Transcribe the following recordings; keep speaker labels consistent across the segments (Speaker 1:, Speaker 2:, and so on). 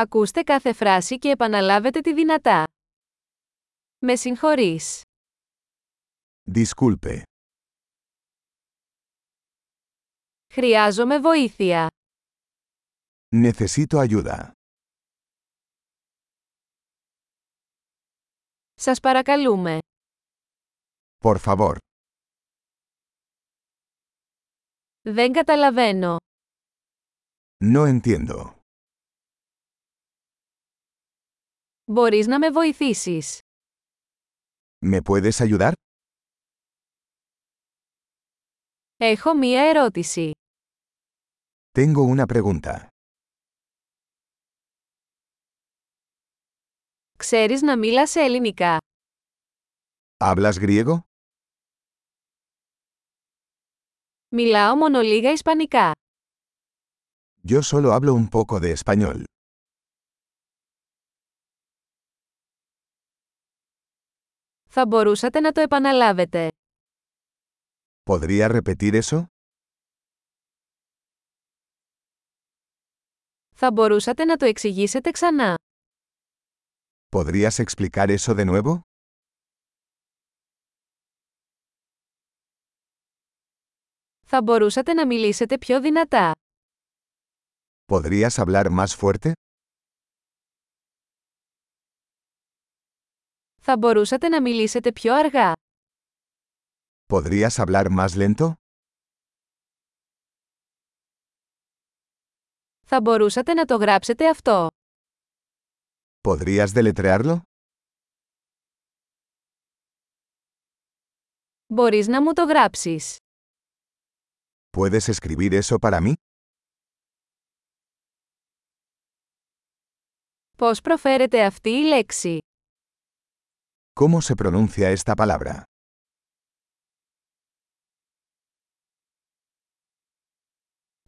Speaker 1: Ακούστε κάθε φράση και επαναλάβετε τη δυνατά. Με συγχωρείς.
Speaker 2: Disculpe.
Speaker 1: Χρειάζομαι βοήθεια.
Speaker 2: Necesito ayuda.
Speaker 1: Σας παρακαλούμε.
Speaker 2: Por favor.
Speaker 1: Δεν καταλαβαίνω.
Speaker 2: No entiendo.
Speaker 1: Μπορείς να με βοηθήσεις.
Speaker 2: ¿Me puedes ayudar?
Speaker 1: Έχω μία ερώτηση.
Speaker 2: Tengo una pregunta.
Speaker 1: Ξέρεις να μίλας ελληνικά.
Speaker 2: ¿Hablas griego?
Speaker 1: Μιλάω μόνο λίγα ισπανικά.
Speaker 2: Yo solo hablo un poco de español.
Speaker 1: Θα μπορούσατε να το επαναλάβετε.
Speaker 2: ¿Podría repetir eso?
Speaker 1: Θα μπορούσατε να το εξηγήσετε ξανά.
Speaker 2: ¿Podrías explicar eso de nuevo?
Speaker 1: Θα μπορούσατε να μιλήσετε πιο δυνατά.
Speaker 2: ¿Podrías hablar más fuerte?
Speaker 1: Θα μπορούσατε να μιλήσετε πιο αργά.
Speaker 2: ¿Podrías hablar más lento?
Speaker 1: Θα μπορούσατε να το γράψετε αυτό.
Speaker 2: ¿Podrías deletrearlo?
Speaker 1: Μπορείς να μου το γράψεις.
Speaker 2: ¿Puedes escribir eso para mí?
Speaker 1: Πώς προφέρεται αυτή η λέξη.
Speaker 2: ¿Cómo se pronuncia esta palabra?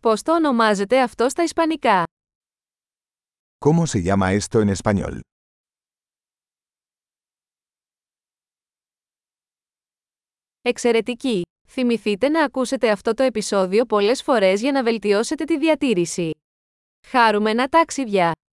Speaker 1: Πώς το ονομάζετε αυτό στα ισπανικά.
Speaker 2: ¿Cómo se llama esto en español?
Speaker 1: Εξαιρετική! Θυμηθείτε να ακούσετε αυτό το επεισόδιο πολλές φορές για να βελτιώσετε τη διατήρηση. Χάρουμενα ταξίδια!